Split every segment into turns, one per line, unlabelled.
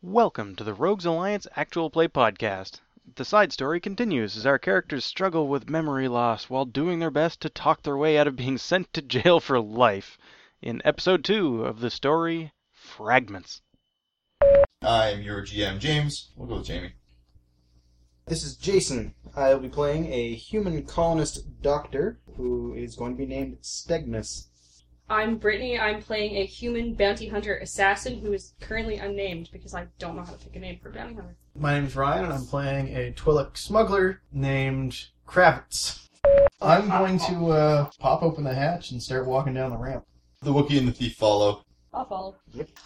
Welcome to the Rogues Alliance Actual Play Podcast. The side story continues as our characters struggle with memory loss while doing their best to talk their way out of being sent to jail for life in episode 2 of the story Fragments.
I'm your GM, James. We'll go with Jamie.
This is Jason. I will be playing a human colonist doctor who is going to be named Stegmus.
I'm Brittany. I'm playing a human bounty hunter assassin who is currently unnamed because I don't know how to pick a name for a bounty hunter.
My name is Ryan, and I'm playing a Twi'lek smuggler named Kravitz. I'm going to uh, pop open the hatch and start walking down the ramp.
The Wookiee and the Thief follow.
I'll follow.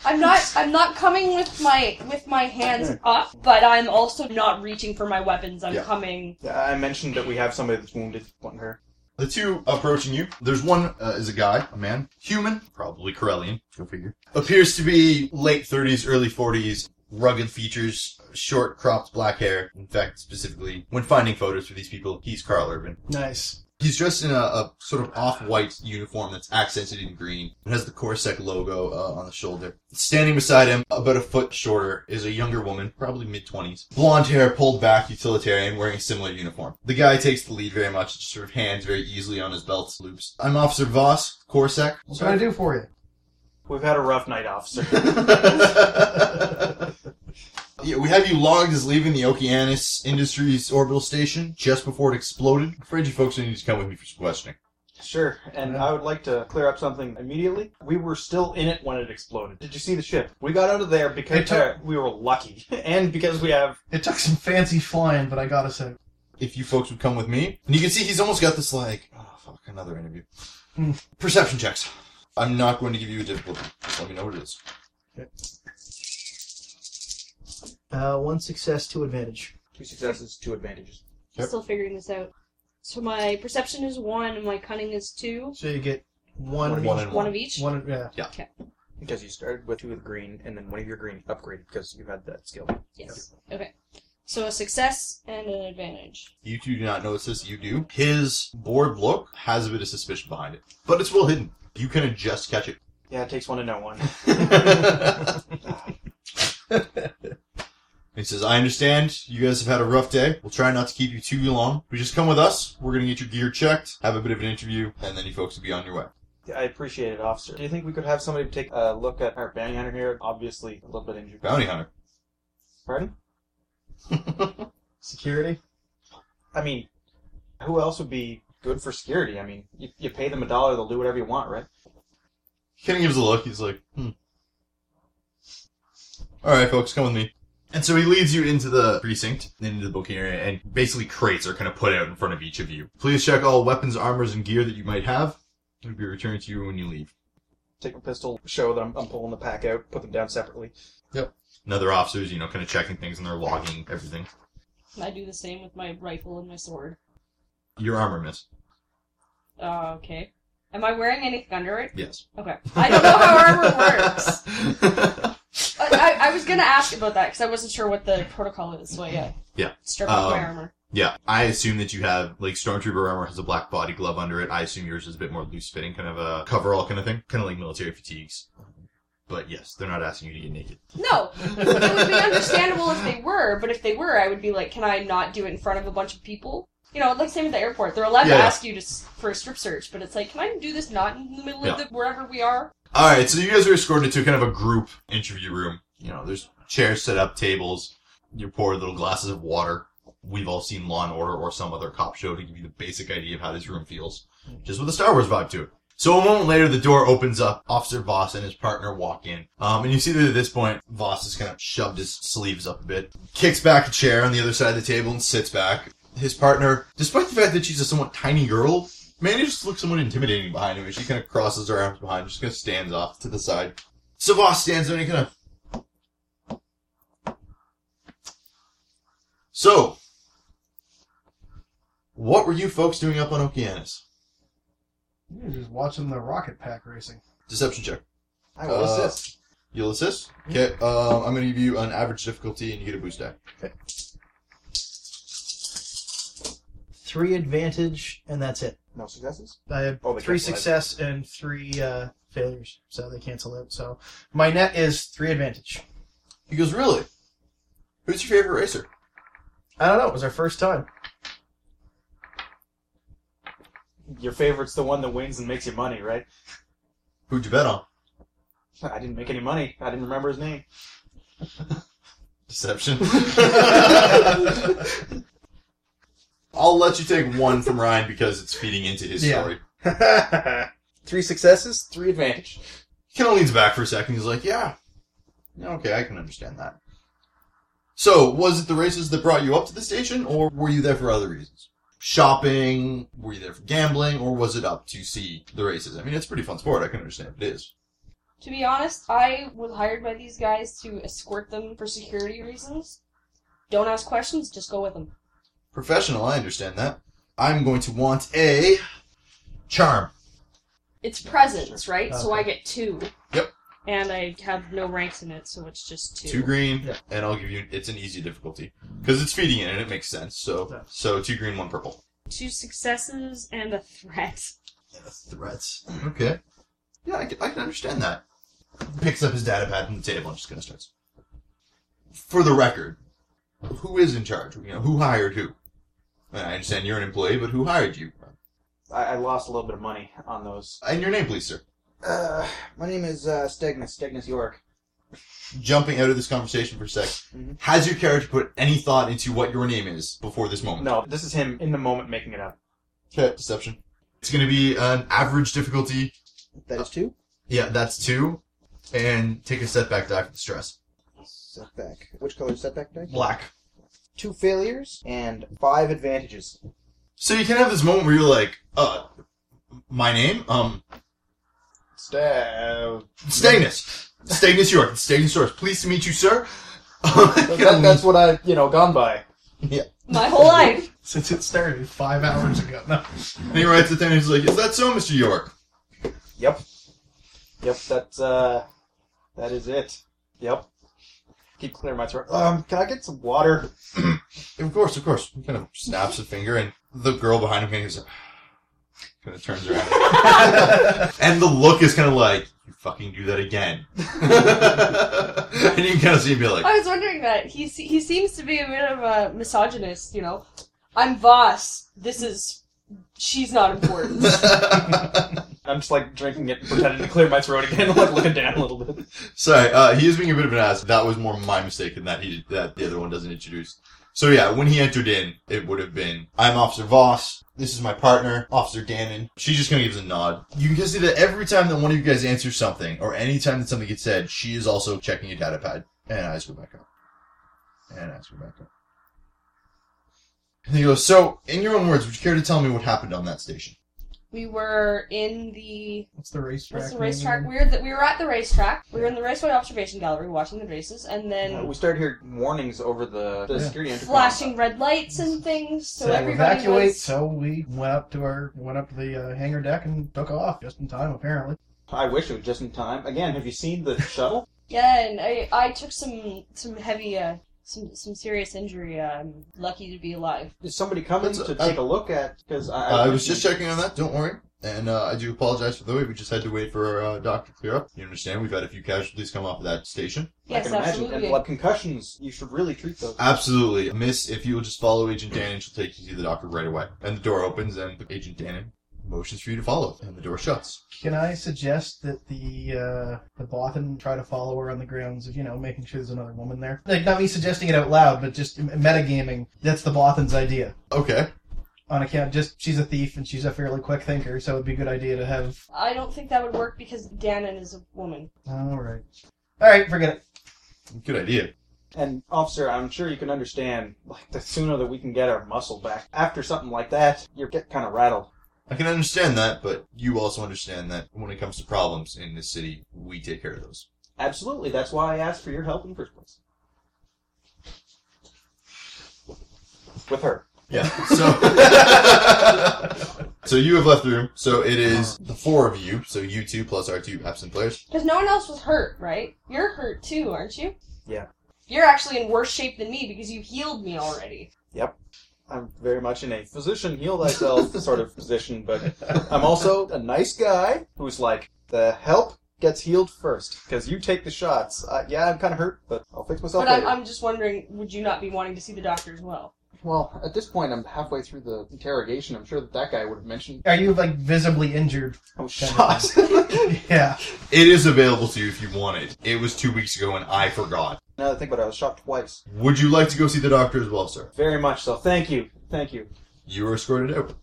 I'm not. I'm not coming with my with my hands up, but I'm also not reaching for my weapons. I'm
Yeah.
coming.
I mentioned that we have somebody that's wounded. Want her?
The two approaching you. There's one uh, is a guy, a man, human, probably Corellian. Go figure. Appears to be late 30s, early 40s. Rugged features, short cropped black hair. In fact, specifically, when finding photos for these people, he's Carl Urban.
Nice.
He's dressed in a, a sort of off-white uniform that's accented in green and has the Corsac logo uh, on the shoulder. Standing beside him, about a foot shorter, is a younger woman, probably mid-twenties. Blonde hair pulled back, utilitarian, wearing a similar uniform. The guy takes the lead very much, just sort of hands very easily on his belt loops. I'm Officer Voss, Corsac.
That's what I do for you.
We've had a rough night, officer.
Yeah, we have you logged as leaving the Okeanis Industries orbital station just before it exploded. I'm afraid you folks need to come with me for some questioning.
sure, and I would like to clear up something immediately. We were still in it when it exploded. Did you see the ship? We got out of there because
It took-
uh, we were lucky, and because we have.
It took some fancy flying, but I gotta say,
if you folks would come with me. And you can see he's almost got this like, oh fuck, another interview.
Hmm.
Perception checks. I'm not going to give you a difficulty. Just let me know what it is.
uh, one success, two advantage.
Two successes, two advantages.
Yep.
Still figuring this out. So my perception is one, and my cunning is two.
So you get
One,
one, of
one,
each-
and
One of each.
one of- yeah.
Because you started with two of the green, and then one of your green upgraded because you had that skill.
Yes. Okay. So a success and an advantage.
You two do not notice this. You do. His bored look has a bit of suspicion behind it, but it's well hidden. You can just catch it.
Yeah, it takes one to know one.
he says, "I understand. You guys have had a rough day. We'll try not to keep you too long. But just come with us. We're gonna get your gear checked, have a bit of an interview, and then you folks will be on your way."
I appreciate it, officer. Do you think we could have somebody take a look at our bounty hunter here? Obviously, a little bit injured.
Bounty hunter.
Pardon?
Security.
I mean, who else would be good for security? I mean, you, you pay them a dollar, they'll do whatever you want, right?
He kind of gives a look. He's like, hmm. All right, folks, come with me. And so he leads you into the precinct, then into the booking area, and basically crates are kind of put out in front of each of you. Please check all weapons, armors, and gear that you might have. It'll be returned to you when you leave.
Take a pistol, show that I'm, I'm pulling the pack out, put them down separately.
And other officers, you know, kind of checking things and they're logging everything.
I do the same with my rifle and my sword.
Your armor, miss.
Uh, okay. Am I wearing anything under it?
Yes.
Okay. I don't know how armor works.
works.
I, I, I was gonna ask about that because I wasn't sure what the protocol is. So yeah.
Yeah.
Strip off my
Um,
armor.
yeah, I assume that you have, like, Stormtrooper armor has a black body glove under it. I assume yours is a bit more loose fitting, kind of a coverall kind of thing. Kind of like military fatigues. But yes, they're not asking you to get naked.
No, it would be understandable if they were, but if they were, I would be like, can I not do it in front of a bunch of people? You know, like same at the airport, they're allowed
Yeah.
to ask you to s- for a strip search, but it's like, can I do this not in the middle of the wherever we are?
All right, so you guys are escorted to kind of a group interview room. You know, there's chairs set up, tables. You pour little glasses of water. We've all seen Law and Order or some other cop show to give you the basic idea of how this room feels, just with a Star Wars vibe to it. So a moment later, the door opens up. Officer Voss and his partner walk in, um, and you see that at this point, Voss has kind of shoved his sleeves up a bit, kicks back a chair on the other side of the table, and sits back. His partner, despite the fact that she's a somewhat tiny girl, Man, it just looks somewhat intimidating behind him as she kind of crosses her arms behind, just kind of stands off to the side. Savas stands there and he kind of. So, what were you folks doing up on Okeanis?
You're just watching the rocket pack racing.
Deception check.
I will
Uh,
assist.
You'll assist? Okay, um, I'm going to give you an average difficulty and you get a boost die.
Three advantage, and that's it.
No successes?
I had
Oh, they
three
cancel out.
success and three uh, failures, so they cancel out. So my net is three advantage.
He goes, really? Who's your favorite racer?
I don't know. It was our first time.
Your favorite's the one that wins and makes you money, right?
Who'd you bet on?
I didn't make any money. I didn't remember his name.
Deception. I'll let you take one from Ryan because it's feeding into his
Yeah.
story.
three successes, three advantage.
He kind of leans back for a second. He's like, yeah. Yeah, Okay, I can understand that. So, was it the races that brought you up to the station, or were you there for other reasons? Shopping? Were you there for gambling? Or was it up to see the races? I mean, it's a pretty fun sport. I can understand if it is.
To be honest, I was hired by these guys to escort them for security reasons. Don't ask questions, just go with them.
Professional, I understand that. I'm going to want a charm.
It's presents, right? So I get two.
Yep.
And I have no ranks in it, so it's just two.
Two green,
Yeah.
and I'll give you. It's an easy difficulty because it's feeding in, and it makes sense. So,
Yeah.
so two green, one purple.
Two successes and a threat.
Threats. Okay. Yeah, I can, I can understand that. Picks up his data pad from the table and just kind of starts. For the record, who is in charge? You know, who hired who? I understand you're an employee, but who hired you?
I, I lost a little bit of money on those.
And your name, please, sir.
Uh, my name is uh, Stegnus, Stegnus York.
Jumping out of this conversation for a sec,
Mm-hmm.
Mhm.
has your character put any thought into what your name is before this moment?
No, this is him in the moment making it up.
Okay, deception. It's going to be an average difficulty.
That is two.
Yeah, that's two. And take a setback die for the stress.
Setback. Which color is setback die?
Black.
Two failures and five advantages.
So you can have this moment where you're like, uh, my name? Um,
Stab.
Stagnus. Stagnus York. It's Stagnus York. Pleased to meet you, sir.
that's what I, you know, gone by.
My whole life.
Since it started five hours ago. No.
and he writes it down and he's like, is that so, Mr. York?
Yep. Yep, that's, uh, that is it. Yep. Keep clearing my throat. Um, can I get some water?
Of course, of course. He kind of snaps a finger and the girl behind him kind of goes, kind of turns around. and the look is kind of like, you fucking do that again. and you can kind of see him be like,
I was wondering that. He se- he seems to be a bit of a misogynist, you know. I'm boss. This is she's not important.
I'm just like drinking it and pretending to clear my throat again, like looking down a little bit.
Sorry, uh, he is being a bit of an ass. That was more my mistake than that he that the other one doesn't introduce. So yeah, when he entered in, it would have been I'm Officer Voss. This is my partner, Officer Gannon. She just kind of gives a nod. You can just see that every time that one of you guys answers something, or any time that something gets said, she is also checking your data pad. And eyes go back up. And eyes go back up. And he goes, So, in your own words, would you care to tell me what happened on that station?
we were in the
What's the racetrack?
what's the
name
racetrack?
again?
We were the, we were at the racetrack. We were in the raceway observation gallery watching the races, and
Uh,
then
we started hearing warnings over the, the
Yeah.
security intercom.
flashing red lights and things. So
Said
everybody
evacuate.
was.
So we went up to our went up to the uh, hangar deck and took off just in time, apparently.
I wish it was just in time. Again, have you seen the shuttle?
Yeah, and I I took some some heavy uh some some serious injury. Uh, I'm lucky to be alive.
Is somebody coming
That's-
to
I-
take a look at? Because I,
Uh, I was just checking on that. Don't worry. And uh, I do apologize for the wait. We just had to wait for our uh, doctor to clear up. You understand? We've had a few casualties come off of that station.
I
Yes,
can imagine.
absolutely.
And like concussions, you should really treat those.
Uh, Absolutely. Miss, if you will just follow Agent Dannon, she'll take you to the doctor right away. And the door opens, and Agent Dannon motions for you to follow. And the door shuts.
Can I suggest that the uh, the Bothan try to follow her on the grounds of you know making sure there's another woman there? Like not me suggesting it out loud, but just m- metagaming. That's the Bothan's idea.
Okay.
On account, just she's a thief and she's a fairly quick thinker, so it'd be a good idea to have.
I don't think that would work because Danon is a woman.
All right, all right, forget it.
Good idea.
And officer, I'm sure you can understand. Like the sooner that we can get our muscle back after something like that, you get kind of rattled.
I can understand that, but you also understand that when it comes to problems in this city, we take care of those.
Absolutely. That's why I asked for your help in the first place. With her.
Yeah. So. So you have left the room. So it is the four of you. So you two plus our two absent players.
Because no one else was hurt, right? You're hurt too, aren't you?
Yeah.
You're actually in worse shape than me because you healed me already.
I'm very much in a physician heal thyself sort of position, but I'm also a nice guy who's like, the help
gets healed first because you take the shots. Uh, yeah, I'm kind of hurt, but I'll fix myself
But I'm,
later.
I'm just wondering, would you not be wanting to see the doctor as well?
Well, at this point, I'm halfway through the interrogation. I'm sure that that guy would have mentioned.
Are you like visibly injured?
oh, shot.
Yeah.
It is available to you if you want it. It was two weeks ago and I forgot.
now that I think about it, I was shot twice.
Would you like to go see the doctor as well, sir?
Very much so. Thank you. Thank you.
You were escorted out.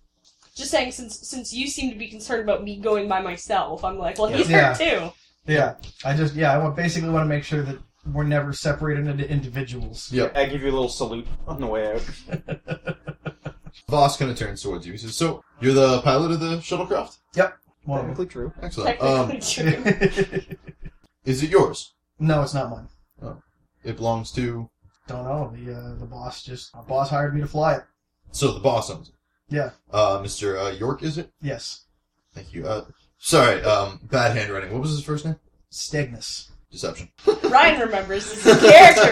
Just saying, since since you seem to be concerned about me going by myself, I'm like, well, he's
Yeah.
hurt too.
Yeah. I just yeah, I want, basically want to make sure that we're never separated into individuals.
I give you a little salute on the way out.
Voss kind of turns towards you. He says, So, you're the pilot of the shuttlecraft?
One of
Technically true.
Excellent. Um,
Technically true.
them.
is it yours?
no, it's not mine.
It belongs to.
Don't know. The uh, the boss just my boss hired me to fly it.
So, the boss owns it.
Yeah.
Uh, Mr. Uh, York, is it?
Yes.
Thank you. Uh, sorry, um, bad handwriting. What was his first name?
Stagnus.
Deception.
Ryan remembers this is a character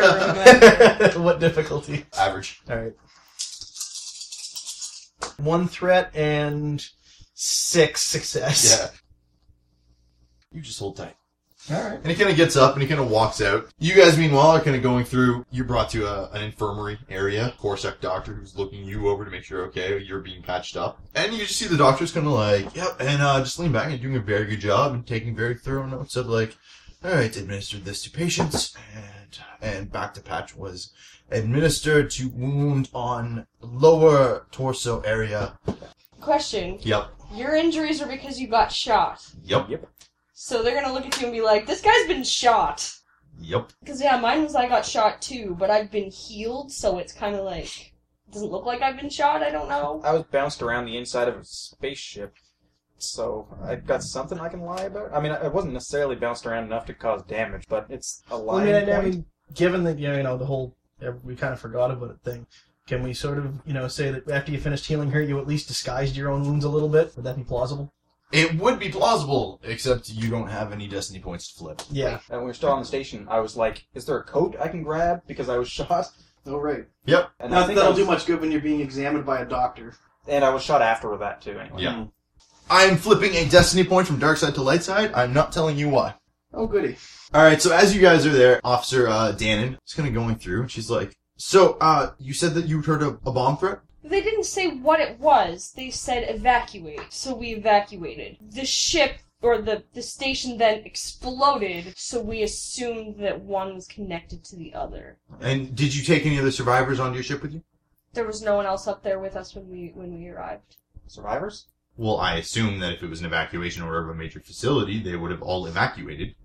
remembers.
what difficulty?
Average.
All right. One threat and six success.
Yeah. You just hold tight.
All right.
And he kind of gets up and he kind of walks out. You guys, meanwhile, are kind of going through. You're brought to a, an infirmary area. Corsac doctor who's looking you over to make sure, okay, you're being patched up. And you just see the doctor's kind of like, yep, and uh, just lean back and doing a very good job and taking very thorough notes of like, all right, administered this to patients, and and back to patch was administered to wound on lower torso area.
Question:
Yep,
Your injuries are because you got shot,
yep,
so they're gonna look at you and be like, "This guy's been shot."
yep.
Because yeah, mine was I got shot too, but I've been healed, so it's kind of like doesn't look like I've been shot. I don't know.
I was bounced around the inside of a spaceship, so I've got something I can lie about. I mean, I I wasn't necessarily bounced around enough to cause damage, but it's a
Well, I
lying
mean, I- I
point.
mean, given that you know the whole uh, we kind of forgot about it thing, can we sort of you know say that after you finished healing her, you at least disguised your own wounds a little bit? Would that be plausible?
It would be plausible, except you don't have any destiny points to flip.
Yeah.
And when we were still on the station, I was like, "Is there a coat I can grab?" Because I was shot,
Oh right.
Yep.
and I think I was-
much good when you're being examined by a doctor.
And I was shot after that too. Anyway.
Yeah. I'm flipping a destiny point from dark side to light side. I'm not telling you why.
Oh goody.
All right, so as you guys are there, Officer uh, Dannon is kind of going through, and she's like, "So, uh, you said that you heard a, a bomb threat?
They didn't say what it was. They said evacuate, so we evacuated. The ship or the the station then exploded, so we assumed that one was connected to the other.
And did you take any of the survivors onto your ship with you?"
There was no one else up there with us when we when we arrived.
Survivors?
Well, I assume that if it was an evacuation order of a major facility, they would have all evacuated.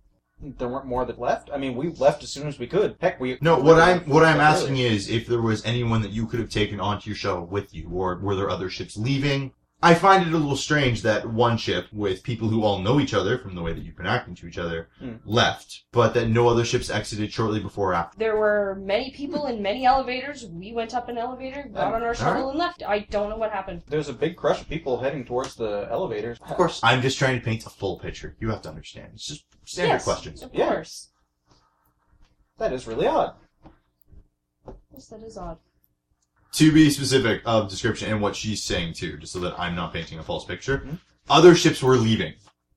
There weren't more that left. I mean, we left as soon as we could. Heck, we
No, what I'm what I'm asking is if there was anyone that you could have taken onto your shuttle with you, or were there other ships leaving? I find it a little strange that one ship with people who all know each other from the way that you've been acting to each other
Hmm.
left, but that no other ships exited shortly before or after.
There were many people in many elevators. We went up an elevator, got on our shuttle, and left. I don't know what happened.
There's a big crush of people heading towards the elevators.
Of course, I'm just trying to paint a full picture. You have to understand. It's just standard
yes,
questions.
Of
Yeah.
course.
That is really odd.
Yes, that is odd.
To be specific of description and what she's saying too, just so that I'm not painting a false picture.
Hmm.
Other ships were leaving.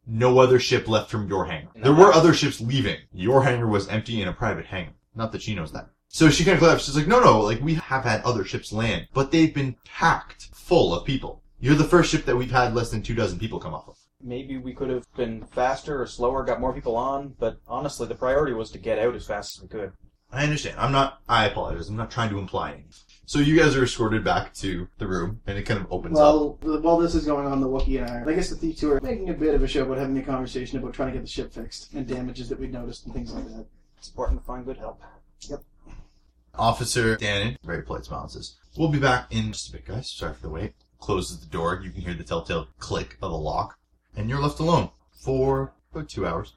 No other ship left from your hangar.
And
There
that-
were other ships leaving. Your hangar was empty in a private hangar. Not that she knows that. So she kind of claps. She's like, no, no, like we have had other ships land, but they've been packed full of people. You're the first ship that we've had less than two dozen people come off of.
Maybe we could have been faster or slower, got more people on, but honestly, the priority was to get out as fast as we could.
I understand. I'm not. I apologize. I'm not trying to imply anything. So you guys are escorted back to the room, and it kind of opens up.
Well, while this is going on, the Wookiee and I, are, I guess the Thief two are making a bit of a show about having a conversation about trying to get the ship fixed and damages that we noticed and things like that.
It's important to find good help.
Officer Dannon, very polite smile, and says, We'll be back in just a bit, guys. Sorry for the wait. Closes the door. You can hear the telltale click of the lock. And you're left alone for about two hours.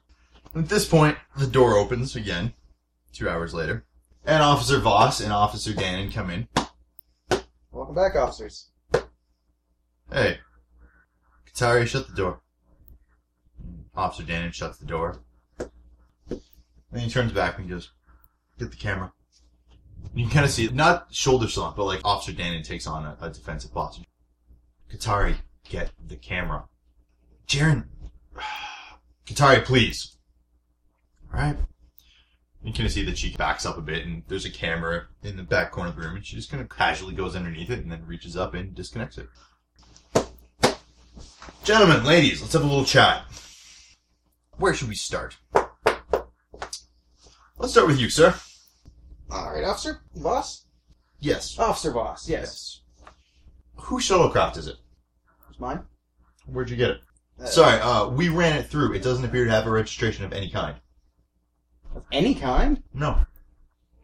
At this point, the door opens again, two hours later. And Officer Voss and Officer Dannon come in.
Welcome back, officers.
Hey, Katari, shut the door. Officer Dannon shuts the door. Then he turns back and he goes, Get the camera. You can kind of see, not shoulder slump, but like Officer Dannon takes on a, a defensive posture. Katari, get the camera. Jaren. Katari, please. All right. You can see that she backs up a bit, and there's a camera in the back corner of the room, and she just kind of casually goes underneath it and then reaches up and disconnects it. Gentlemen, ladies, let's have a little chat. Where should we start? Let's start with you, sir.
All right, officer, boss,
Yes.
officer, boss. Yes,
Who shuttlecraft is it?
it's mine.
Where'd you get it?
Uh,
Sorry, uh, we ran it through. It doesn't appear to have a registration of any kind.
of any kind.
No.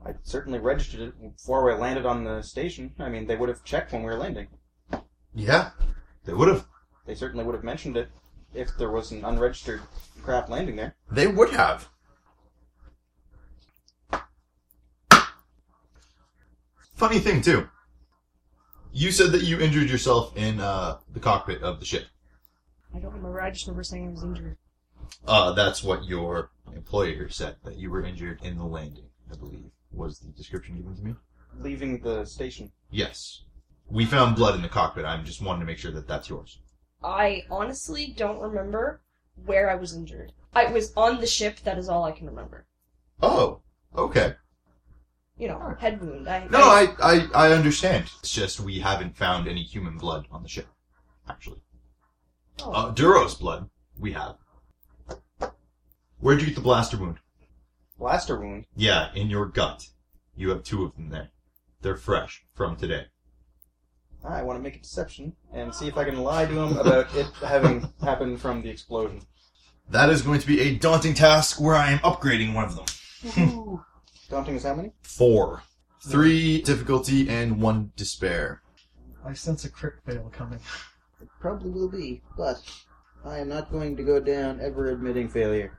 I certainly registered it before I landed on the station. I mean, they would have checked when we were landing.
Yeah. They would have.
They certainly would have mentioned it if there was an unregistered craft landing there.
They would have. Funny thing too. You said that you injured yourself in uh, the cockpit of the ship.
I don't remember. I just remember saying I was injured.
Uh, that's what your employer said that you were injured in the landing. I believe was the description given to me.
Leaving the station.
Yes. We found blood in the cockpit. I'm just wanting to make sure that that's yours.
I honestly don't remember where I was injured. I was on the ship. That is all I can remember.
Oh, okay.
You know, head wound. I,
No, I, I, I understand. It's just we haven't found any human blood on the ship, actually.
Oh.
Uh, Duro's blood, we have. Where'd you get the blaster wound?
Blaster wound.
Yeah, in your gut. You have two of them there. They're fresh from today.
I want to make a deception and see if I can lie to him about it having happened from the explosion.
That is going to be a daunting task where I am upgrading one of them.
Daunting is how many?
Four. Three difficulty and one despair.
I sense a crit fail coming.
Probably will be, but I am not going to go down ever admitting failure.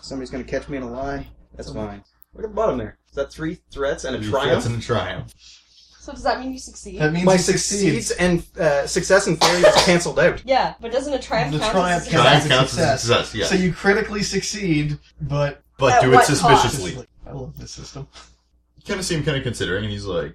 Somebody's going to catch me in a lie. That's fine. Look at the bottom there. Is that three threats and a
Three
triumph?
threats and a triumph.
So does that mean you succeed?
That means
My
he succeeds.
succeeds and uh, success and failure is cancelled out.
yeah, but doesn't a triumph
The
count?
triumph
as a
counts.
success?
Triumph counts as a
Success.
success, yes.
So you critically succeed, but
but
At
do it
what cost?
suspiciously.
I love this system.
You kind of see him kind of considering, and he's like,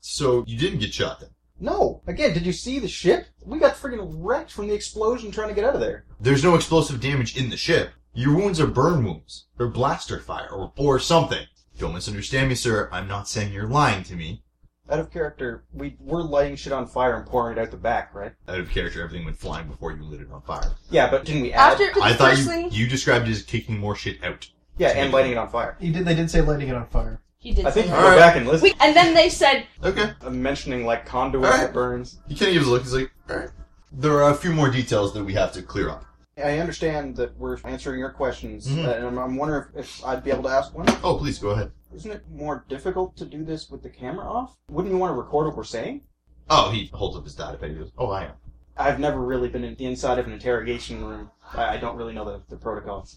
So you didn't get shot then?
No. Again, did you see the ship? We got friggin' wrecked from the explosion trying to get out of there.
There's no explosive damage in the ship. Your wounds are burn wounds. They're blaster fire or, or something. Don't misunderstand me, sir. I'm not saying you're lying to me.
Out of character, we were lighting shit on fire and pouring it out the back, right?
Out of character, everything went flying before you lit it on fire.
Yeah, but didn't we add?
After the
I thought
first
you,
thing
you described it as kicking more shit out.
yeah, and lighting it on fire.
He did. They did say lighting it on fire.
he did.
I think
say
you
that.
go back and listen.
We, and then they said
Okay.
I'm mentioning like conduit
All right.
that burns.
He kind of gives a look. He's like, alright. There are a few more details that we have to clear up.
I understand that we're answering your questions,
Mhm.
uh, and I'm, I'm wondering if, if I'd be able to ask one.
Oh, please go ahead.
Isn't it more difficult to do this with the camera off? Wouldn't you want to record what we're saying?
Oh, he holds up his data pad. He goes, Oh, I am.
I've never really been in the inside of an interrogation room. I, I don't really know the, the protocol.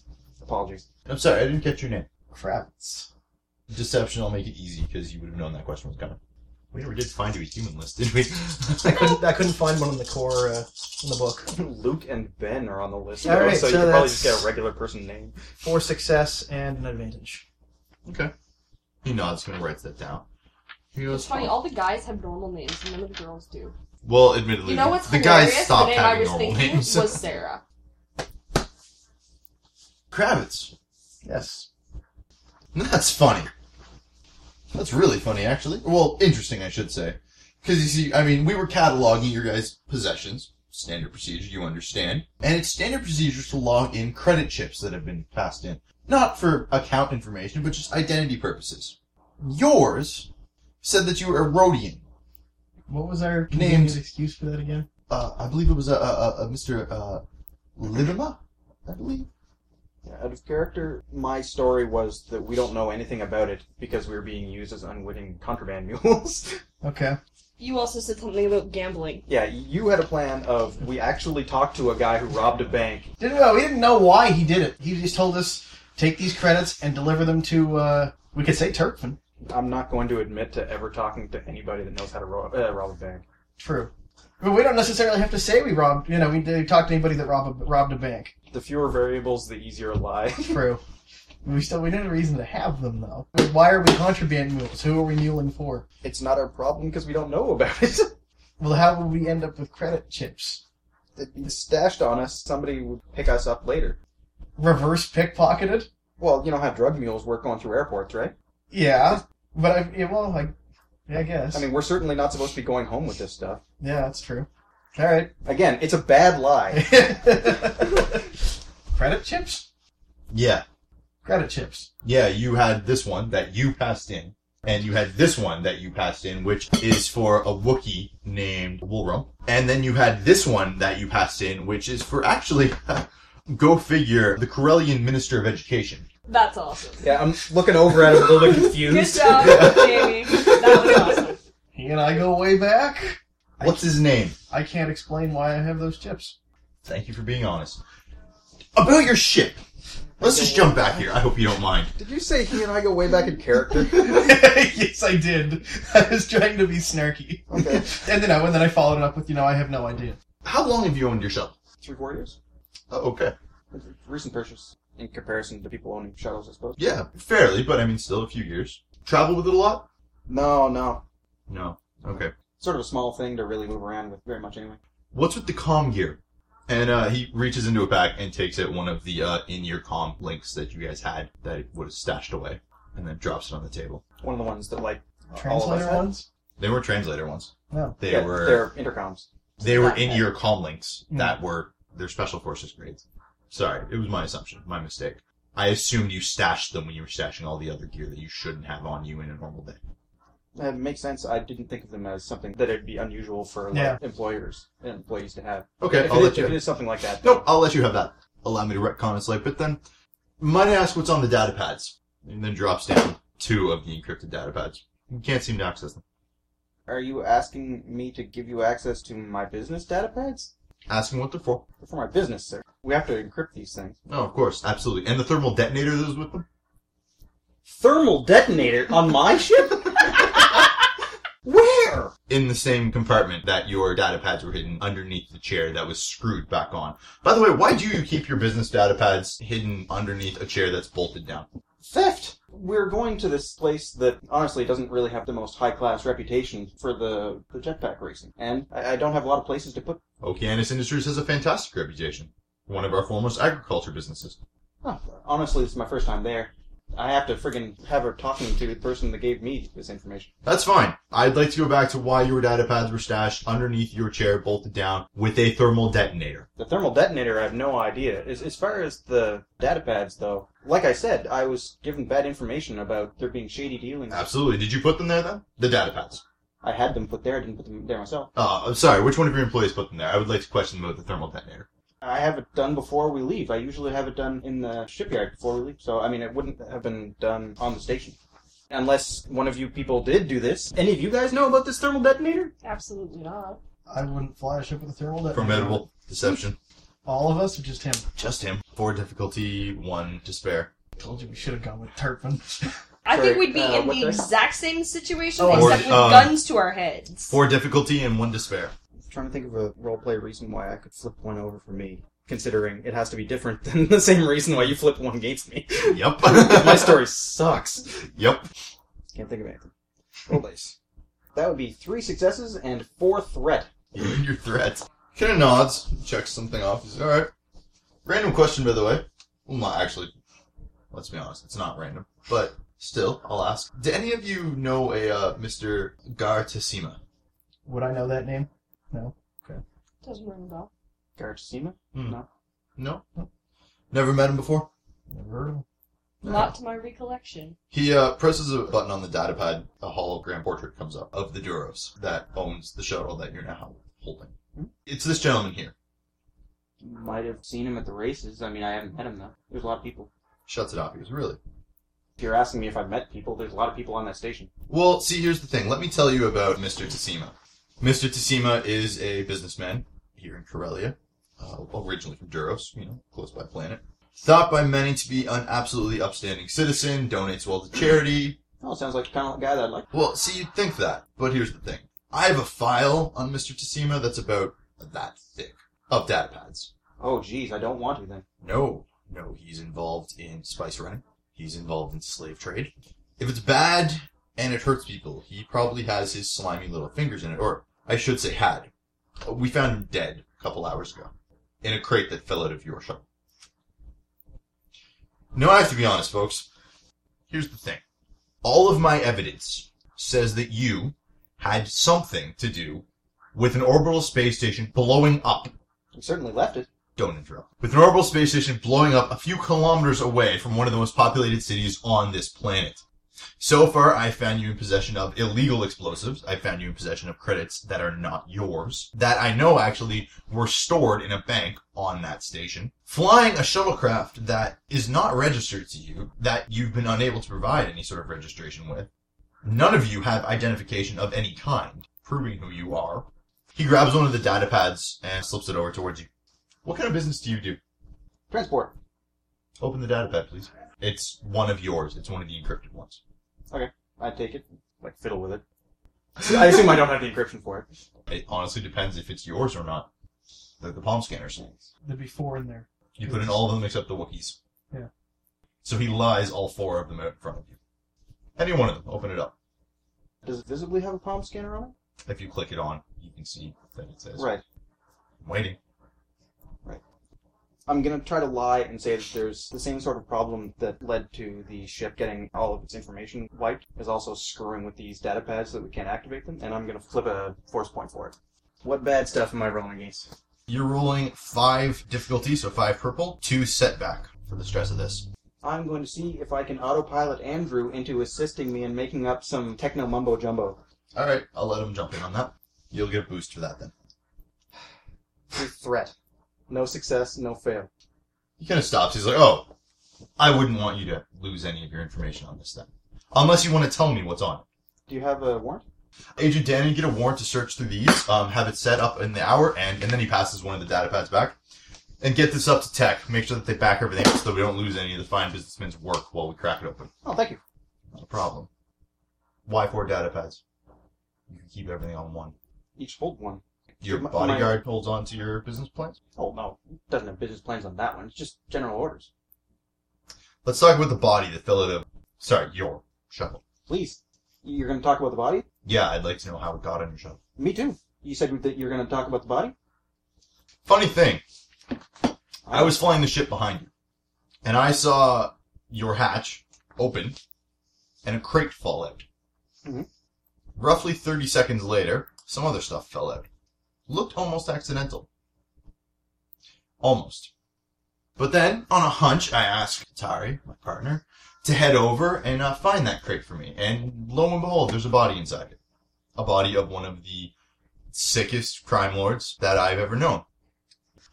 Apologies.
I'm sorry, I didn't catch your name.
Kravitz.
Deception, I'll make it easy because you would have known that question was coming. We never did find you a human list, did we?
I couldn't. I couldn't find one in the core uh, in the book.
Luke and Ben are on the list,
All
though,
right,
so,
so
you could probably just
that's-
get a regular person name.
Four success and an advantage.
he nods and writes that down. He
it's
goes,
funny. All the guys have normal names, and none of the girls do.
Well, admittedly,
You know what's
the
hilarious?
guys stopped
the name I
having
was
normal
thinking
names.
was Sarah.
Kravitz.
Yes.
That's funny. That's really funny, actually. Well, interesting, I should say. Because you see, I mean, we were cataloging your guys' possessions. Standard procedure, you understand. And it's standard procedure to log in credit chips that have been passed in. Not for account information, but just identity purposes. Yours said that you were a Rhodian.
What was our
Named-
named excuse for that again?
Uh, I believe it was a, a, a, a Mr. Uh, Lidema, I believe.
Out of character, my story was that we don't know anything about it because we were being used as unwitting contraband mules.
Okay.
You also said something about gambling.
yeah, you had a plan of we actually talked to a guy who robbed a bank.
Didn't well, we didn't know why he did it. He just told us take these credits and deliver them to. Uh, we could say Turkfin.
I'm not going to admit to ever talking to anybody that knows how to rob, uh, rob a bank.
True. But we don't necessarily have to say we robbed. You know, we did talk to anybody that robbed a, robbed a bank.
The fewer variables, the easier a lie.
True. We still we need a reason to have them though. Why are we contraband mules? Who are we muling for?
it's not our problem because we don't know about it.
Well, how would we end up with credit chips?
It'd be stashed on us. Somebody would pick us up later.
reverse pickpocketed.
Well, you know how drug mules work going through airports, right?
Yeah, but I yeah, well, I, yeah, I guess.
I mean, we're certainly not supposed to be going home with this stuff.
yeah, that's true. All right.
Again, it's a bad lie.
Credit chips.
Yeah.
Credit chips.
Yeah, you had this one that you passed in, and you had this one that you passed in, which is for a Wookiee named Woolrum. And then you had this one that you passed in, which is for actually, go figure, the Corellian Minister of Education.
That's awesome.
yeah, I'm looking over at him a little bit
Good
confused.
job, Jamie. That was awesome.
He and I go way back.
What's his name?
I can't explain why I have those chips.
Thank you for being honest. About your ship. Let's just jump back here. I hope you don't mind.
Did you say he and I go way back in character?
yes, I did. I was trying to be snarky.
Okay.
and then I and then I followed it up with, you know, I have no idea.
How long have you owned your shuttle?
Three, four years?
Oh, okay.
Recent purchase in comparison to people owning shuttles, I suppose.
Yeah, fairly, but I mean, still a few years. Travel with it a lot?
No, no.
No. Okay.
Sort of a small thing to really move around with very much anyway.
What's with the comm gear? And uh, he reaches into a bag and takes out one of the uh, in-ear comm links that you guys had that it was stashed away, and then drops it on the table.
One of the ones that like all of us
Translator
had.
ones.
They were translator ones.
No.
They
yeah,
were
they're intercoms.
they were
not bad.
in-ear comm links
Mm.
that were their special forces grades. Sorry, it was my assumption, my mistake. I assumed you stashed them when you were stashing all the other gear that you shouldn't have on you in a normal day.
Uh, It makes sense. I didn't think of them as something that it'd be unusual for like,
Yeah.
employers and employees to have.
Okay,
if,
I'll
it,
let
is-
you.
if it is something like that.
Nope, I'll let you have that. Allow me to retcon a slight bit then. Might I ask what's on the data pads? And then drops down two of the encrypted data pads. You can't seem to access them.
Are you asking me to give you access to my business data pads?
Asking what they're for.
They're for my business, sir. We have to encrypt these things.
Oh, of course, absolutely. And the thermal detonator that was with them?
Thermal detonator on my ship? Where?
In the same compartment that your data pads were hidden underneath the chair that was screwed back on. By the way, why do you keep your business data pads hidden underneath a chair that's bolted down?
Theft! We're going to this place that honestly doesn't really have the most high class reputation for the, the jetpack racing. And I, I don't have a lot of places to put.
Okeanis Industries has a fantastic reputation. One of our foremost agriculture businesses.
Huh, honestly, this is my first time there. I have to friggin' have her talking to the person that gave me this information.
That's fine. I'd like to go back to why your data pads were stashed underneath your chair, bolted down with a thermal detonator.
The thermal detonator, I have no idea. As, as far as the data pads, though, like I said, I was given bad information about there being shady dealings.
Absolutely. Did you put them there then? The data pads.
I had them put there, I didn't put them there myself.
Uh, I'm sorry. Which one of your employees put them there? I would like to question them about the thermal detonator.
I have it done before we leave. I usually have it done in the shipyard before we leave, so I mean, it wouldn't have been done on the station. Unless one of you people did do this. Any of you guys know about this thermal detonator?
Absolutely not.
I wouldn't fly a ship with a thermal detonator.
Formidable. Uh, Deception.
All of us or just him?
Just him. Four difficulty, one despair.
Told you we should have gone with Turpin.
I
Sorry,
think we'd be
uh,
in
what
the
the-
exact same situation,
Oh,
except with
or, uh,
guns to our heads.
Four difficulty and one despair.
I'm trying to think of a roleplay reason why I could flip one over for me, considering it has to be different than the same reason why you flipped one against me.
Yep.
My story sucks.
Yep.
Can't think of anything. Roll dice. That would be three successes and four threat.
You and your threats. Kind of nods, checks something off. He's all right. Random question, by the way. Well, not actually. Let's be honest, it's not random, but still, I'll ask. Do any of you know a uh, Mr. Gar Tessima?
Would I know that name?
Doesn't ring a bell.
Garchima?
No. Never met him before.
Never heard of him.
Not to my recollection.
He uh, presses a button on the data pad. A hologram portrait comes up of the Duros that owns the shuttle that you're now holding. It's this gentleman here.
Might have seen him at the races. I mean, I haven't met him though. There's a lot of people.
Shuts it off. He goes, really?
If you're asking me if I've met people, there's a lot of people on that station.
Well, see, here's the thing. Let me tell you about Mr. Tessima. Mr. Tessima is a businessman here in Corellia, uh, originally from Duros, you know, close by planet. Thought by many to be an absolutely upstanding citizen, donates well to charity.
Oh, sounds like kind of guy that I'd like.
Well, see, you'd think that, but here's the thing. I have a file on Mr. Tessima that's about that thick of data pads.
Oh, geez, I don't want to then.
No, no, he's involved in spice running. He's involved in slave trade. If it's bad and it hurts people, he probably has his slimy little fingers in it, or I should say had. Uh, We found him dead a couple hours ago in a crate that fell out of your shop. No, I have to be honest, folks. Here's the thing. All of my evidence says that you had something to do with an orbital space station blowing up.
We certainly left it.
Don't interrupt. With an orbital space station blowing up a few kilometers away from one of the most populated cities on this planet. So far, I found you in possession of illegal explosives. I found you in possession of credits that are not yours, that I know actually were stored in a bank on that station. Flying a shuttlecraft that is not registered to you, that you've been unable to provide any sort of registration with. None of you have identification of any kind, proving who you are. He grabs one of the data pads and slips it over towards you. What kind of business do you do?
Transport.
Open the data pad, please. It's one of yours. It's one of the encrypted ones.
I take it. Like fiddle with it. I assume I don't have the encryption for it.
It honestly depends if it's yours or not. Like the palm scanners.
There'd be four in there.
You put in all of them except the Wookiees.
Yeah.
So he lies all four of them out in front of you. Any one of them, open it up.
Does it visibly have a palm scanner on it?
If you click it on, you can see that it says
Right.
I'm waiting.
I'm gonna try to lie and say that there's the same sort of problem that led to the ship getting all of its information wiped is also screwing with these data pads so that we can't activate them, and I'm gonna flip a force point for it. What bad stuff am I rolling against?
You're rolling five difficulty, so five purple, two setback for the stress of this.
I'm going to see if I can autopilot Andrew into assisting me in making up some techno mumbo jumbo.
Alright, I'll let him jump in on that. You'll get a boost for that then.
Through threat. No success, no fail.
He kind of stops. He's like, oh, I wouldn't want you to lose any of your information on this then. Unless you want to tell me what's on it.
Do you have a warrant?
Agent Danny, get a warrant to search through these, um, have it set up in the hour end, and then he passes one of the data pads back. And get this up to tech. Make sure that they back everything up so that we don't lose any of the fine businessmen's work while we crack it open.
Oh, thank you.
Not a problem. Why four data pads? You can keep everything on one.
Each hold one.
Your
My- my-
bodyguard holds on to your business plans?
Oh no, doesn't have business plans on that one. It's just general orders.
Let's talk about the body that fell out of. Sorry, your shovel.
Please, you're going to talk about the body?
Yeah, I'd like to know how it got on your shovel.
Me too. You said that you're going to talk about the body.
Funny thing, I was flying the ship behind you, and I saw your hatch open and a crate fall out.
Mhm.
Roughly 30 seconds later, some other stuff fell out. Looked almost accidental. Almost. But then, on a hunch, I asked Tari, my partner, to head over and uh, find that crate for me. And lo and behold, there's a body inside it. A body of one of the sickest crime lords that I've ever known.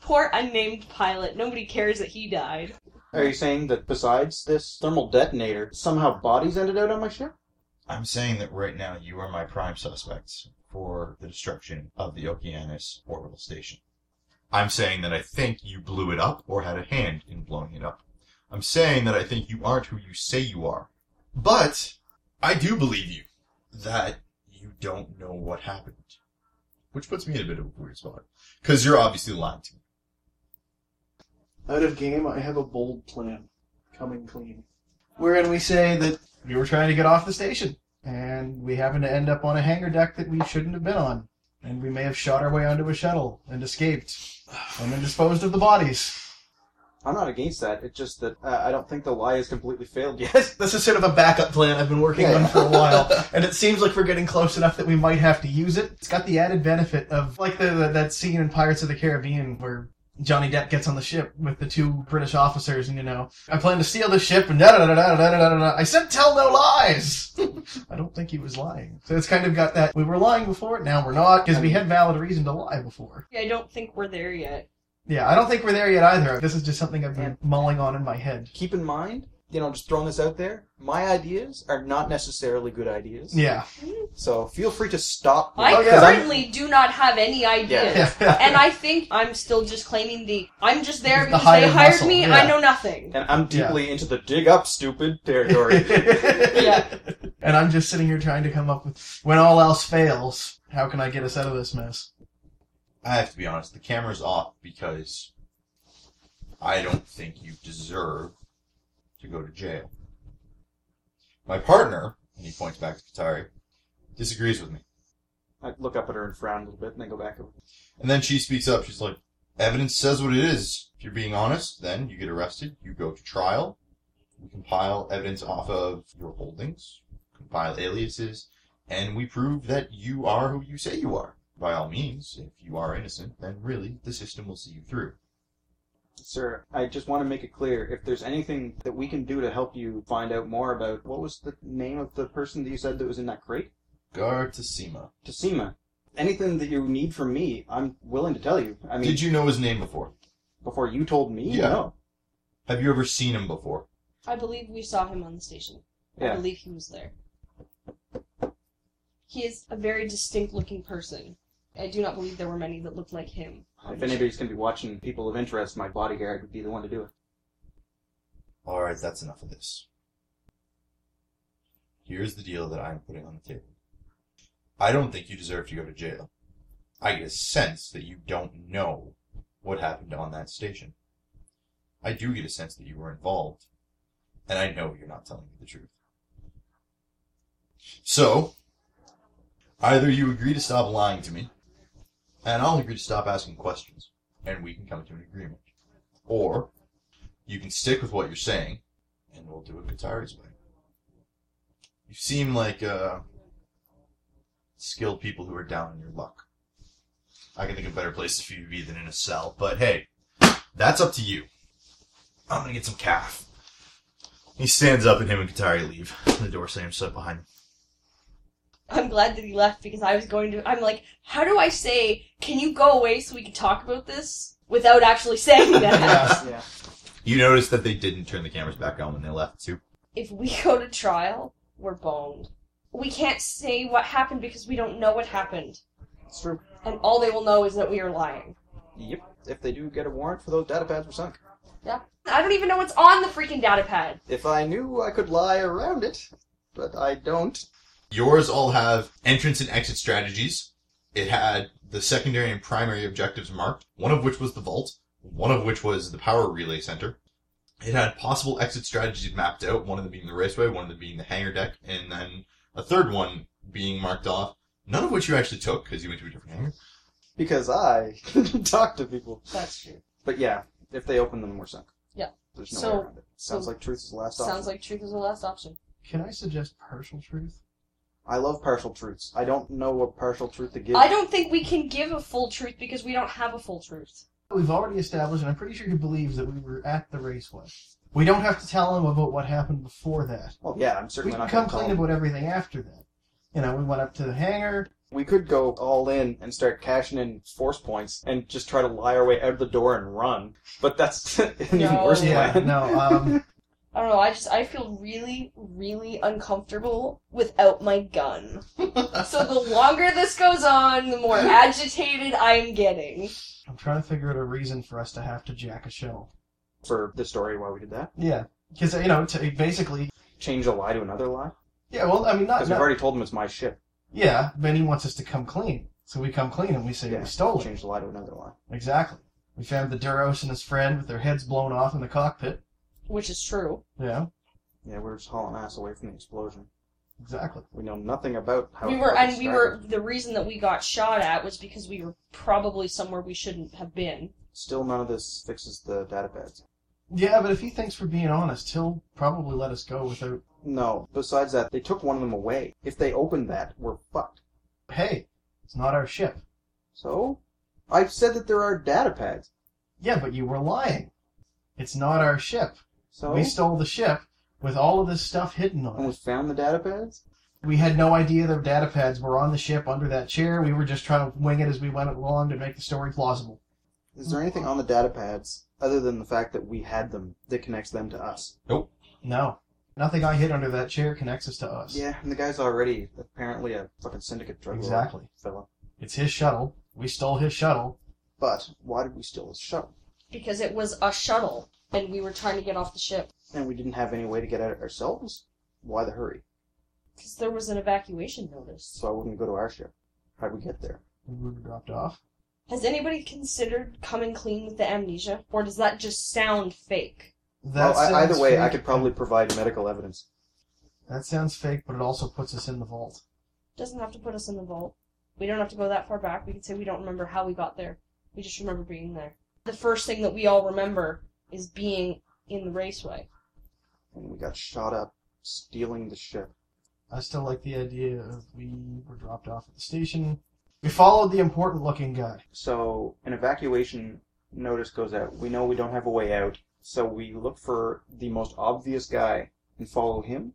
Poor unnamed pilot. Nobody cares that he died.
Are you saying that besides this thermal detonator, somehow bodies ended out on my ship?
I'm saying that right now you are my prime suspects for the destruction of the Okeanis orbital station. I'm saying that I think you blew it up or had a hand in blowing it up. I'm saying that I think you aren't who you say you are. But I do believe you that you don't know what happened. Which puts me in a bit of a weird spot. Because you're obviously lying to me.
Out of game, I have a bold plan. Coming clean. Wherein we say that
We were trying to get off the station, and we happened to end up on a hangar deck that we shouldn't have been on, and we may have shot our way onto a shuttle and escaped, and then disposed of the bodies.
I'm not against that. It's just that uh, I don't think the lie has completely failed yet.
This is sort of a backup plan I've been working
Yeah.
on for a while, and it seems like we're getting close enough that we might have to use it. It's got the added benefit of like the, the that scene in Pirates of the Caribbean where. Johnny Depp gets on the ship with the two British officers, and you know, I plan to steal the ship, and da da da da da da da da. I said, tell no lies. I don't think he was lying. So it's kind of got that we were lying before, now we're not, because we had valid reason to lie before.
I don't think we're there yet.
Yeah, I don't think we're there yet either. This is just something I've been mulling on in my head.
Keep in mind, you know, just throwing this out there, my ideas are not necessarily good ideas.
Yeah.
So feel free to stop.
I
Oh, yeah.
currently do not have any ideas.
Yeah.
And I think I'm still just claiming the I'm just there
The
because they
hired
hired
muscle,
me,
yeah.
I know nothing.
And I'm deeply into the dig up stupid territory.
yeah. And I'm just sitting here trying to come up with when all else fails, how can I get us out of this mess?
I have to be honest, the camera's off because I don't think you deserve to go to jail. My partner, and he points back to Katari, disagrees with me.
I look up at her and frown a little bit, and then go back over.
And then she speaks up. She's like, evidence says what it is. If you're being honest, then you get arrested, you go to trial, We compile evidence off of your holdings, compile aliases, and we prove that you are who you say you are. By all means, if you are innocent, then really the system will see you through.
Sir, I just want to make it clear if there's anything that we can do to help you find out more about what was the name of the person that you said that was in that crate?
Gartasima.
Tasima. Anything that you need from me, I'm willing to tell you. I mean,
Did you know his name before?
before you told me?
Yeah.
No.
Have you ever seen him before?
I believe we saw him on the station. I
Yeah.
believe he was there. He is a very distinct looking person. I do not believe there were many that looked like him.
If anybody's going to be watching people of interest, my body hair would be the one to do it.
All right, that's enough of this. Here's the deal that I'm putting on the table. I don't think you deserve to go to jail. I get a sense that you don't know what happened on that station. I do get a sense that you were involved, and I know you're not telling me the truth. So, either you agree to stop lying to me, and I'll agree to stop asking questions, and we can come to an agreement. Or, you can stick with what you're saying, and we'll do it Qatari's way. You seem like uh, skilled people who are down in your luck. I can think of better places for you to be than in a cell, but hey, that's up to you. I'm gonna get some calf. He stands up, and him and Qatari leave. The door slams shut behind him.
I'm glad that he left because I was going to. I'm like, how do I say, can you go away so we can talk about this without actually saying that?
yeah.
You notice that they didn't turn the cameras back on when they left too.
if we go to trial, we're boned. We can't say what happened because we don't know what happened.
It's true.
And all they will know is that we are lying.
Yep. If they do get a warrant for those data pads were sunk.
Yeah. I don't even know what's on the freaking data pad.
If I knew, I could lie around it, but I don't.
Yours all have entrance and exit strategies. It had the secondary and primary objectives marked, one of which was the vault, one of which was the power relay center. It had possible exit strategies mapped out, one of them being the raceway, one of them being the hangar deck, and then a third one being marked off, none of which you actually took because you went to a different hangar.
Because I talk to people.
That's true.
But yeah, if they open them, we're sunk.
Yeah.
There's no
So-
way around it. Sounds
so-
like truth is the last option.
Sounds like truth is the last option.
Can I suggest partial truth?
I love partial truths. I don't know what partial truth to give.
I don't think we can give a full truth because we don't have a full truth.
We've already established, and I'm pretty sure he believes that we were at the raceway. We don't have to tell him about what happened before that.
Well, yeah, I'm
We
certainly
can
not
come
going to
clean about everything after that. You know, we went up to the hangar.
We could go all in and start cashing in force points and just try to lie our way out of the door and run. But that's an even
No.
worse
Yeah,
plan.
no, um,
I don't know, I just I feel really, really uncomfortable without my gun. so the longer this goes on, the more agitated I'm getting.
I'm trying to figure out a reason for us to have to jack a shell.
For the story why we did that.
Yeah, because you know, to basically,
Change a lie to another lie.
yeah. Well, I mean, not,
Because
not
we've already told them it's my ship.
yeah. Then he wants us to come clean, so we come clean and we say
Yeah,
we stole it.
Change the lie to another lie.
Exactly. We found the Duros and his friend with their heads blown off in the cockpit.
Which is true.
Yeah,
Yeah, we're just hauling ass away from the explosion.
exactly.
We know nothing about how
We
it
were
fucking
and we were
started.
the reason that we got shot at was because we were probably somewhere we shouldn't have been.
Still, none of this fixes the data pads.
Yeah, but if he thinks we're being honest, he'll probably let us go without.
No. Besides that, they took one of them away. If they open that, we're fucked.
Hey, it's not our ship.
So, I said that there are data pads.
Yeah, but you were lying. It's not our ship.
So,
We stole the ship with all of this stuff hidden on
and we
it.
found the data pads.
We had no idea the data pads were on the ship under that chair. We were just trying to wing it as we went along to make the story plausible.
Is there anything on the data pads other than the fact that we had them that connects them to us?
No. Nothing I hid under that chair connects us to us.
Yeah, and the guy's already apparently a fucking syndicate drug lord
Exactly.
fella.
It's his shuttle. We stole his shuttle.
But why did we steal his shuttle?
Because it was a shuttle and we were trying to get off the ship.
And we didn't have any way to get out ourselves. Why the hurry?
Because there was an evacuation notice.
So I wouldn't go to our ship. How'd we get there?
We were dropped off.
Has anybody considered coming clean with the amnesia? Or does that just sound fake?
That
well, I,
sounds
either way, I
fake.
could probably provide medical evidence.
That sounds fake, but it also puts us in the vault.
Doesn't have to put us in the vault. We don't have to go that far back. We can say we don't remember how we got there. We just remember being there. The first thing that we all remember is being in the raceway.
and we got shot up stealing the ship.
I still like the idea of we were dropped off at the station. We followed the important looking guy.
So an evacuation notice goes out. We know we don't have a way out, so we look for the most obvious guy and follow him.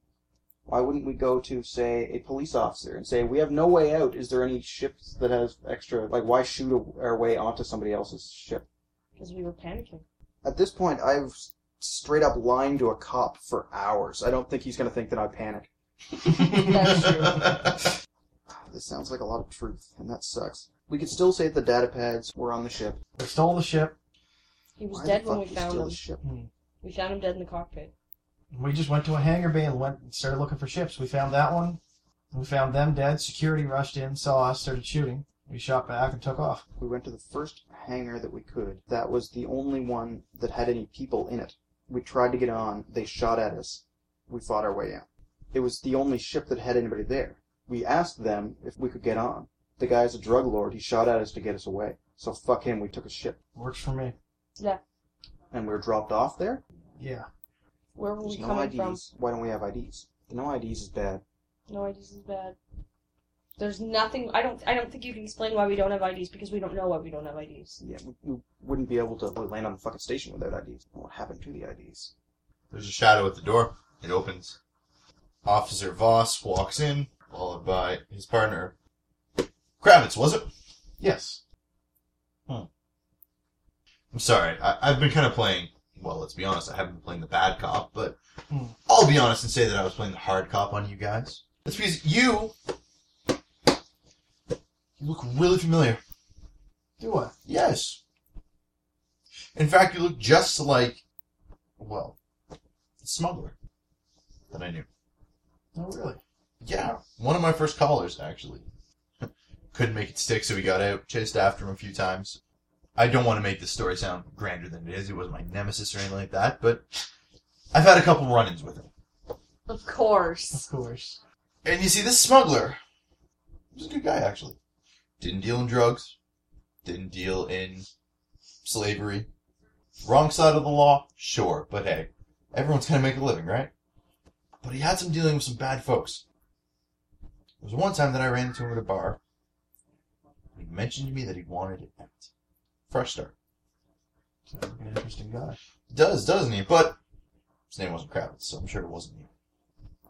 Why wouldn't we go to, say, a police officer and say, we have no way out. Is there any ships that has extra? Like, why shoot a, our way onto somebody else's ship?
Because we were panicking.
At this point, I've s- straight up lying to a cop for hours. I don't think he's going to think that I panic. This sounds like a lot of truth, and that sucks. We could still say that the data pads were on the ship.
They stole the ship.
He was
Why
dead
the
when
fuck
we
you
found
steal
him.
the ship?
We found him dead in the cockpit.
We just went to a hangar bay and went and started looking for ships. We found that one. We found them dead. Security rushed in, saw us, started shooting. We shot back and took off.
We went to the first hangar that we could. That was the only one that had any people in it. We tried to get on. They shot at us. We fought our way out. It was the only ship that had anybody there. We asked them if we could get on. The guy's a drug lord. He shot at us to get us away. So fuck him. We took a ship.
Works for me.
And we were dropped off there?
Yeah.
Where were
There's
we
no
coming
IDs.
from?
Why don't we have IDs? No IDs is bad.
No IDs is bad. There's nothing. I don't. I don't think you can explain why we don't have IDs because we don't know why we don't have IDs.
Yeah, we, we wouldn't be able to land on the fucking station without IDs. What happened to the IDs?
There's a shadow at the door. It opens. Officer Voss walks in, followed by his partner. Kravitz, was it?
Yes.
I'm sorry. I, I've been kind of playing. Well, let's be honest. I haven't been playing the bad cop, but
Hmm.
I'll be honest and say that I was playing the hard cop on you guys. That's because you. You look really familiar.
Do I?
Yes. In fact, you look just like, well, the smuggler that I knew.
No, really.
Yeah, one of my first callers, actually. Couldn't make it stick, so we got out, chased after him a few times. I don't want to make this story sound grander than it is. He wasn't my nemesis or anything like that, but I've had a couple run ins with him.
Of course.
Of course.
And you see, this smuggler he was a good guy, actually. Didn't deal in drugs, didn't deal in slavery. Wrong side of the law, sure, but hey, everyone's gonna make a living, right? But he had some dealing with some bad folks. There was one time that I ran into him at a bar. He mentioned to me that he wanted it out. Fresh start.
Sounds like an interesting guy.
Does, doesn't he? But his name wasn't Kravitz, so I'm sure it wasn't you.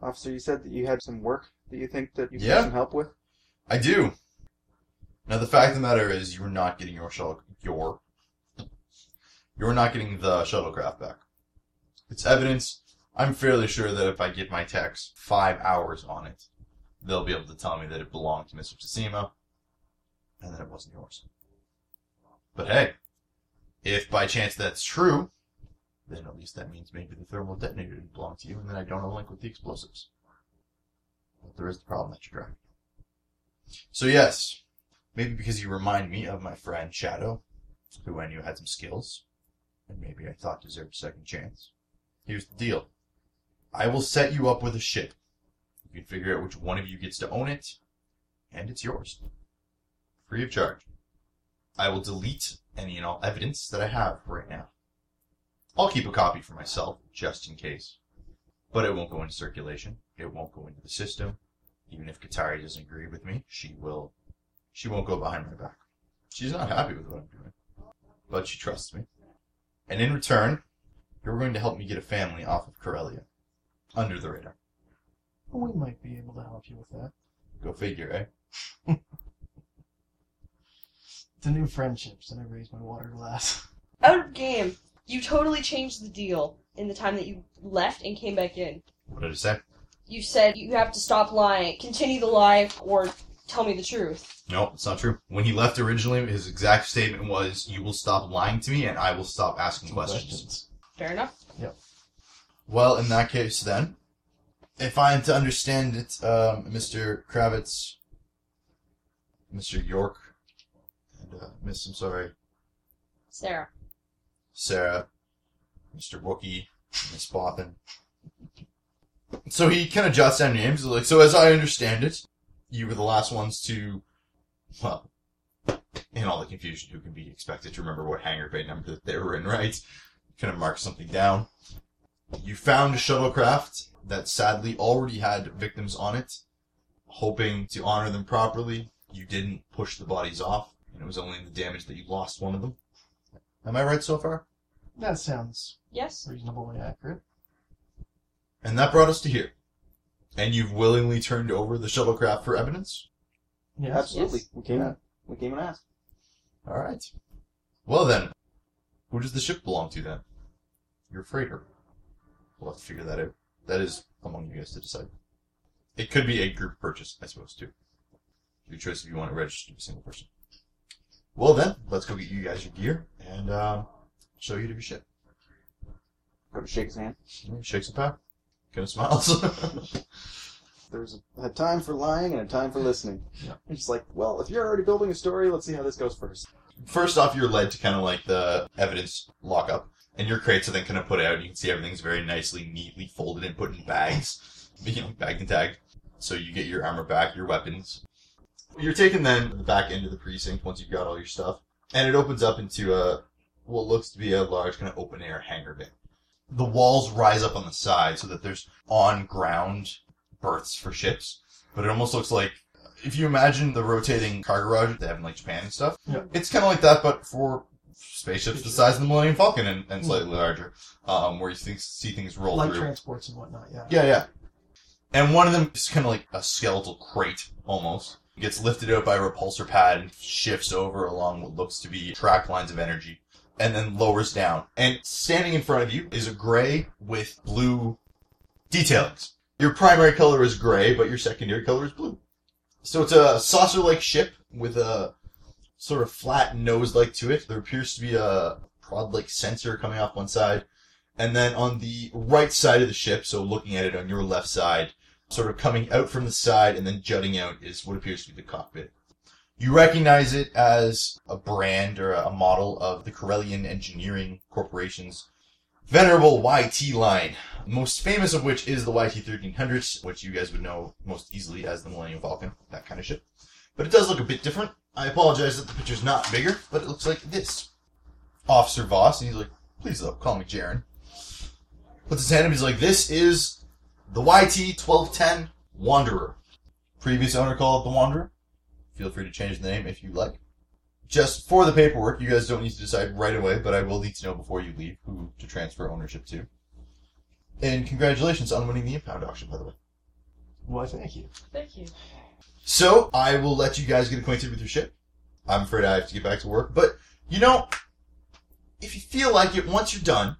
Officer, you said that you had some work that you think that you could
Yeah.
have some help with?
I do. Now the fact of the matter is, you're not getting your shuttle your you're not getting the shuttlecraft back. It's evidence. I'm fairly sure that if I get my text five hours on it, they'll be able to tell me that it belonged to Mr. Tsushima and that it wasn't yours. But hey, if by chance that's true, then at least that means maybe the thermal detonator didn't belong to you, and then I don't have a link with the explosives. But there is the problem that you're driving. So yes, maybe because you remind me of my friend Shadow, who I knew had some skills, and maybe I thought deserved a second chance. Here's the deal. I will set you up with a ship. You can figure out which one of you gets to own it, and it's yours. Free of charge. I will delete any and all evidence that I have right now. I'll keep a copy for myself, just in case. But it won't go into circulation. It won't go into the system even if Katari doesn't agree with me, she will. She won't go behind my back. She's not happy with what I'm doing, but she trusts me. And in return, you're going to help me get a family off of Corellia, under the radar.
We might be able to help you with that.
Go figure, eh?
The new friendships, and I raised my water glass.
Out of game. You totally changed the deal in the time that you left and came back in.
What did I say?
You said you have to stop lying, continue the lie, or tell me the truth.
No, it's not true. When he left originally, his exact statement was, "You will stop lying to me, and I will stop asking questions."
Fair enough.
Well, in that case, then, if I am to understand it, um, Mr. Kravitz, Mr. York, and uh, Miss, I'm sorry,
Sarah.
Sarah, Mr. Wookie, Miss Boffin. So he kind of jots down names. he's Like, so as I understand it, you were the last ones to, well, in all the confusion, who can be expected to remember what hangar bay number that they were in, right? Kind of mark something down. You found a shuttlecraft that sadly already had victims on it. Hoping to honor them properly, you didn't push the bodies off, and it was only the damage that you lost one of them. Am I right so far?
That sounds
Yes.
reasonably accurate.
And that brought us to here. And you've willingly turned over the shuttlecraft for evidence?
Yes.
Absolutely.
Yes.
We came and we came and asked.
Alright. Well then, who does the ship belong to then? Your freighter. We'll have to figure that out. That is among you guys to decide. It could be a group purchase, I suppose, too. Your choice if you want to register to a single person. Well then, let's go get you guys your gear and um, show you to your ship.
Go to shake his hand.
Shakes a pow. Kind of smiles.
There's a, a time for lying and a time for listening.
Yeah.
It's just like, well, if you're already building a story, let's see how this goes first.
First off, you're led to kind of like the evidence lockup, and your crates are then kind of put out. and You can see everything's very nicely, neatly folded and put in bags, you know, bagged and tagged. So you get your armor back, your weapons. You're taken then to the back end of the precinct once you've got all your stuff, and it opens up into a what looks to be a large kind of open air hangar bay. The walls rise up on the side so that there's on ground berths for ships, but it almost looks like if you imagine the rotating car garage they have in like Japan and stuff,
Yeah.
it's kind of like that, but for spaceships the size of the Millennium Falcon and, and slightly larger, um, where you think, see things roll
Light
through.
transports and whatnot. Yeah.
Yeah, yeah. And one of them is kind of like a skeletal crate, almost. It gets lifted out by a repulsor pad and shifts over along what looks to be track lines of energy, and then lowers down. And standing in front of you is a gray with blue detailings. Your primary color is gray, but your secondary color is blue. So it's a saucer like ship with a sort of flat nose like to it. There appears to be a prod like sensor coming off one side. And then on the right side of the ship, so looking at it on your left side, sort of coming out from the side and then jutting out is what appears to be the cockpit. You recognize it as a brand or a model of the Corellian Engineering Corporation's venerable YT line, most famous of which is the YT 1300s, which you guys would know most easily as the Millennium Falcon, that kind of ship. But it does look a bit different. I apologize that the picture's not bigger, but it looks like this. Officer Voss, and he's like, please though, call me Jaren puts his hand up. He's like, "This is the YT twelve ten Wanderer. Previous owner called it the Wanderer. Feel free to change the name if you like. Just for the paperwork, you guys don't need to decide right away, but I will need to know before you leave who to transfer ownership to. And congratulations on winning the impound auction, by the way.
Why? Thank you.
Thank you.
So I will let you guys get acquainted with your ship. I'm afraid I have to get back to work, but you know, if you feel like it, once you're done,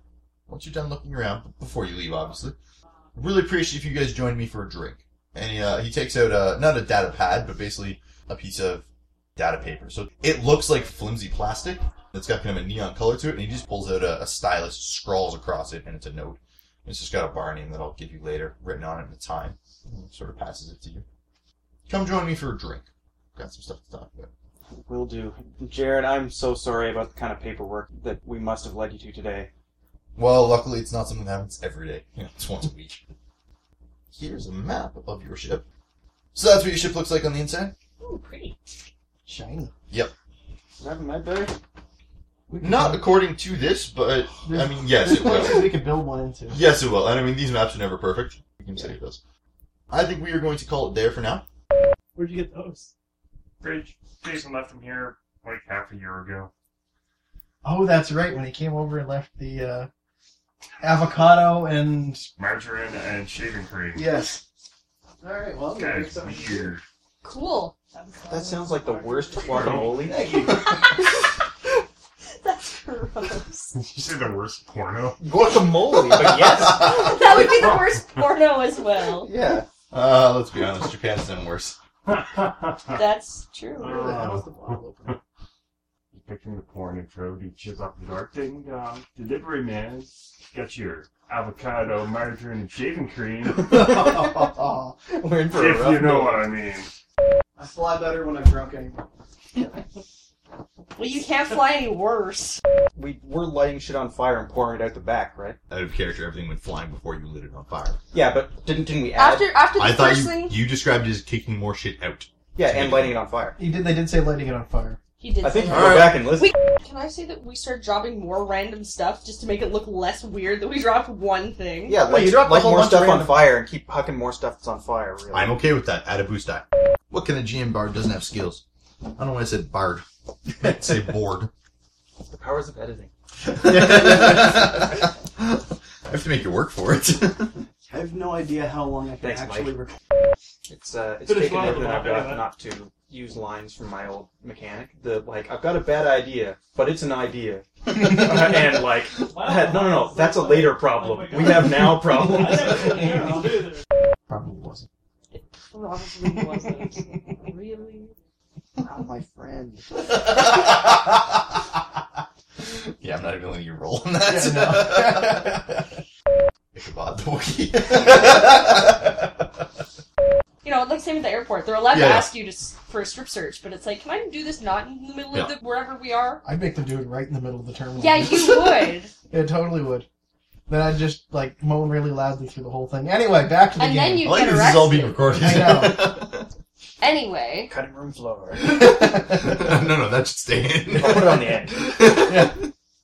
once you're done looking around before you leave, obviously, really appreciate if you guys join me for a drink. And he, uh, he takes out a, not a data pad, but basically a piece of data paper. So it looks like flimsy plastic. It's got kind of a neon color to it, and he just pulls out a, a stylus, scrawls across it, and it's a note. It's just got a bar name that I'll give you later, written on it at the time. And sort of passes it to you come join me for a drink. Got some stuff to talk about.
Will do. Jared, I'm so sorry about the kind of paperwork that we must have led you to today.
Well, luckily it's not something that happens every day. You know, it's once a week. Here's a map of your ship. So that's what your ship looks like on the inside?
Ooh, pretty.
Shiny.
Is that my better?
We could
Not
build-
according to this, but I mean, yes,
There's
it
places
will.
we could build one into.
Yes, it will. And I mean, these maps are never perfect. You can say it does. I think we are going to call it there for now.
Where'd you get those?
Bridge, Jason left him here like half a year ago.
Oh, that's right. When he came over and left the uh, avocado and
Margarine and shaving cream.
yes. All right. Well,
This guy's weird.
Cool.
That sounds like the worst guacamole.
thank you.
That's gross.
Did you say the worst porno?
guacamole, but yes.
that would be the worst porno as well.
yeah.
Uh, let's be honest, Japan's done worse.
That's true.
Where the hell is the bottle opener?
Picking the porn intro, he cheers up the dark ding dong. Delivery man, got your avocado, margarine, and shaving cream.
We're in for a
if
rough
you know
night.
what I mean.
I fly better when I'm drunk anymore.
Well, you can't fly any worse.
We, we're lighting shit on fire and pouring it out the back, right?
Out of character, everything went flying before you lit it on fire.
Yeah, but didn't didn't we add?
After after the
I thought
first
you,
thing
you described it as kicking more shit out.
yeah, and lighting it on fire.
He did. They did say lighting it on fire.
he did.
I think
say
you
that.
can go back and listen.
Can I say that we started dropping more random stuff just to make it look less weird that we dropped one thing?
Yeah, like,
you dropped a
like
whole
more
bunch
stuff
of
on
random-
fire and keep hucking more stuff that's on fire, really.
I'm okay with that. Add a boost die. What can a GM bard doesn't have skills? I don't know why I said bard. I'd say bored.
the powers of editing.
I have to make you work for it.
I have no idea how long I can
Thanks,
actually
Mike.
record.
It's uh, it's
Finish
taken
mine,
everything
I'll
I've
do
got
that.
not to use lines from my old mechanic. The like, I've got a bad idea, but it's an idea, and like, Uh, no, no, no, that's a later problem. We have now problems.
Probably wasn't.
Probably wasn't. really?
Not my friend.
yeah, I'm not even letting you roll on
Yeah,
that. Ichabod the Wookiee.
You know, like same at the airport. They're allowed
Yeah.
to ask you to, s- for a strip search, but it's like, can I do this not in the middle of
Yeah.
the wherever we are?
I'd make them do it right in the middle of the terminal.
Yeah, you would.
It totally would. Then I'd just like moan really loudly through the whole thing. Anyway, back to the
And
game.
then
I
you
like
get
this is all being
arrested.
recorded.
I
Anyway,
Cutting room floor.
no, no, that should stay in.
I'll put it on the end.
yeah.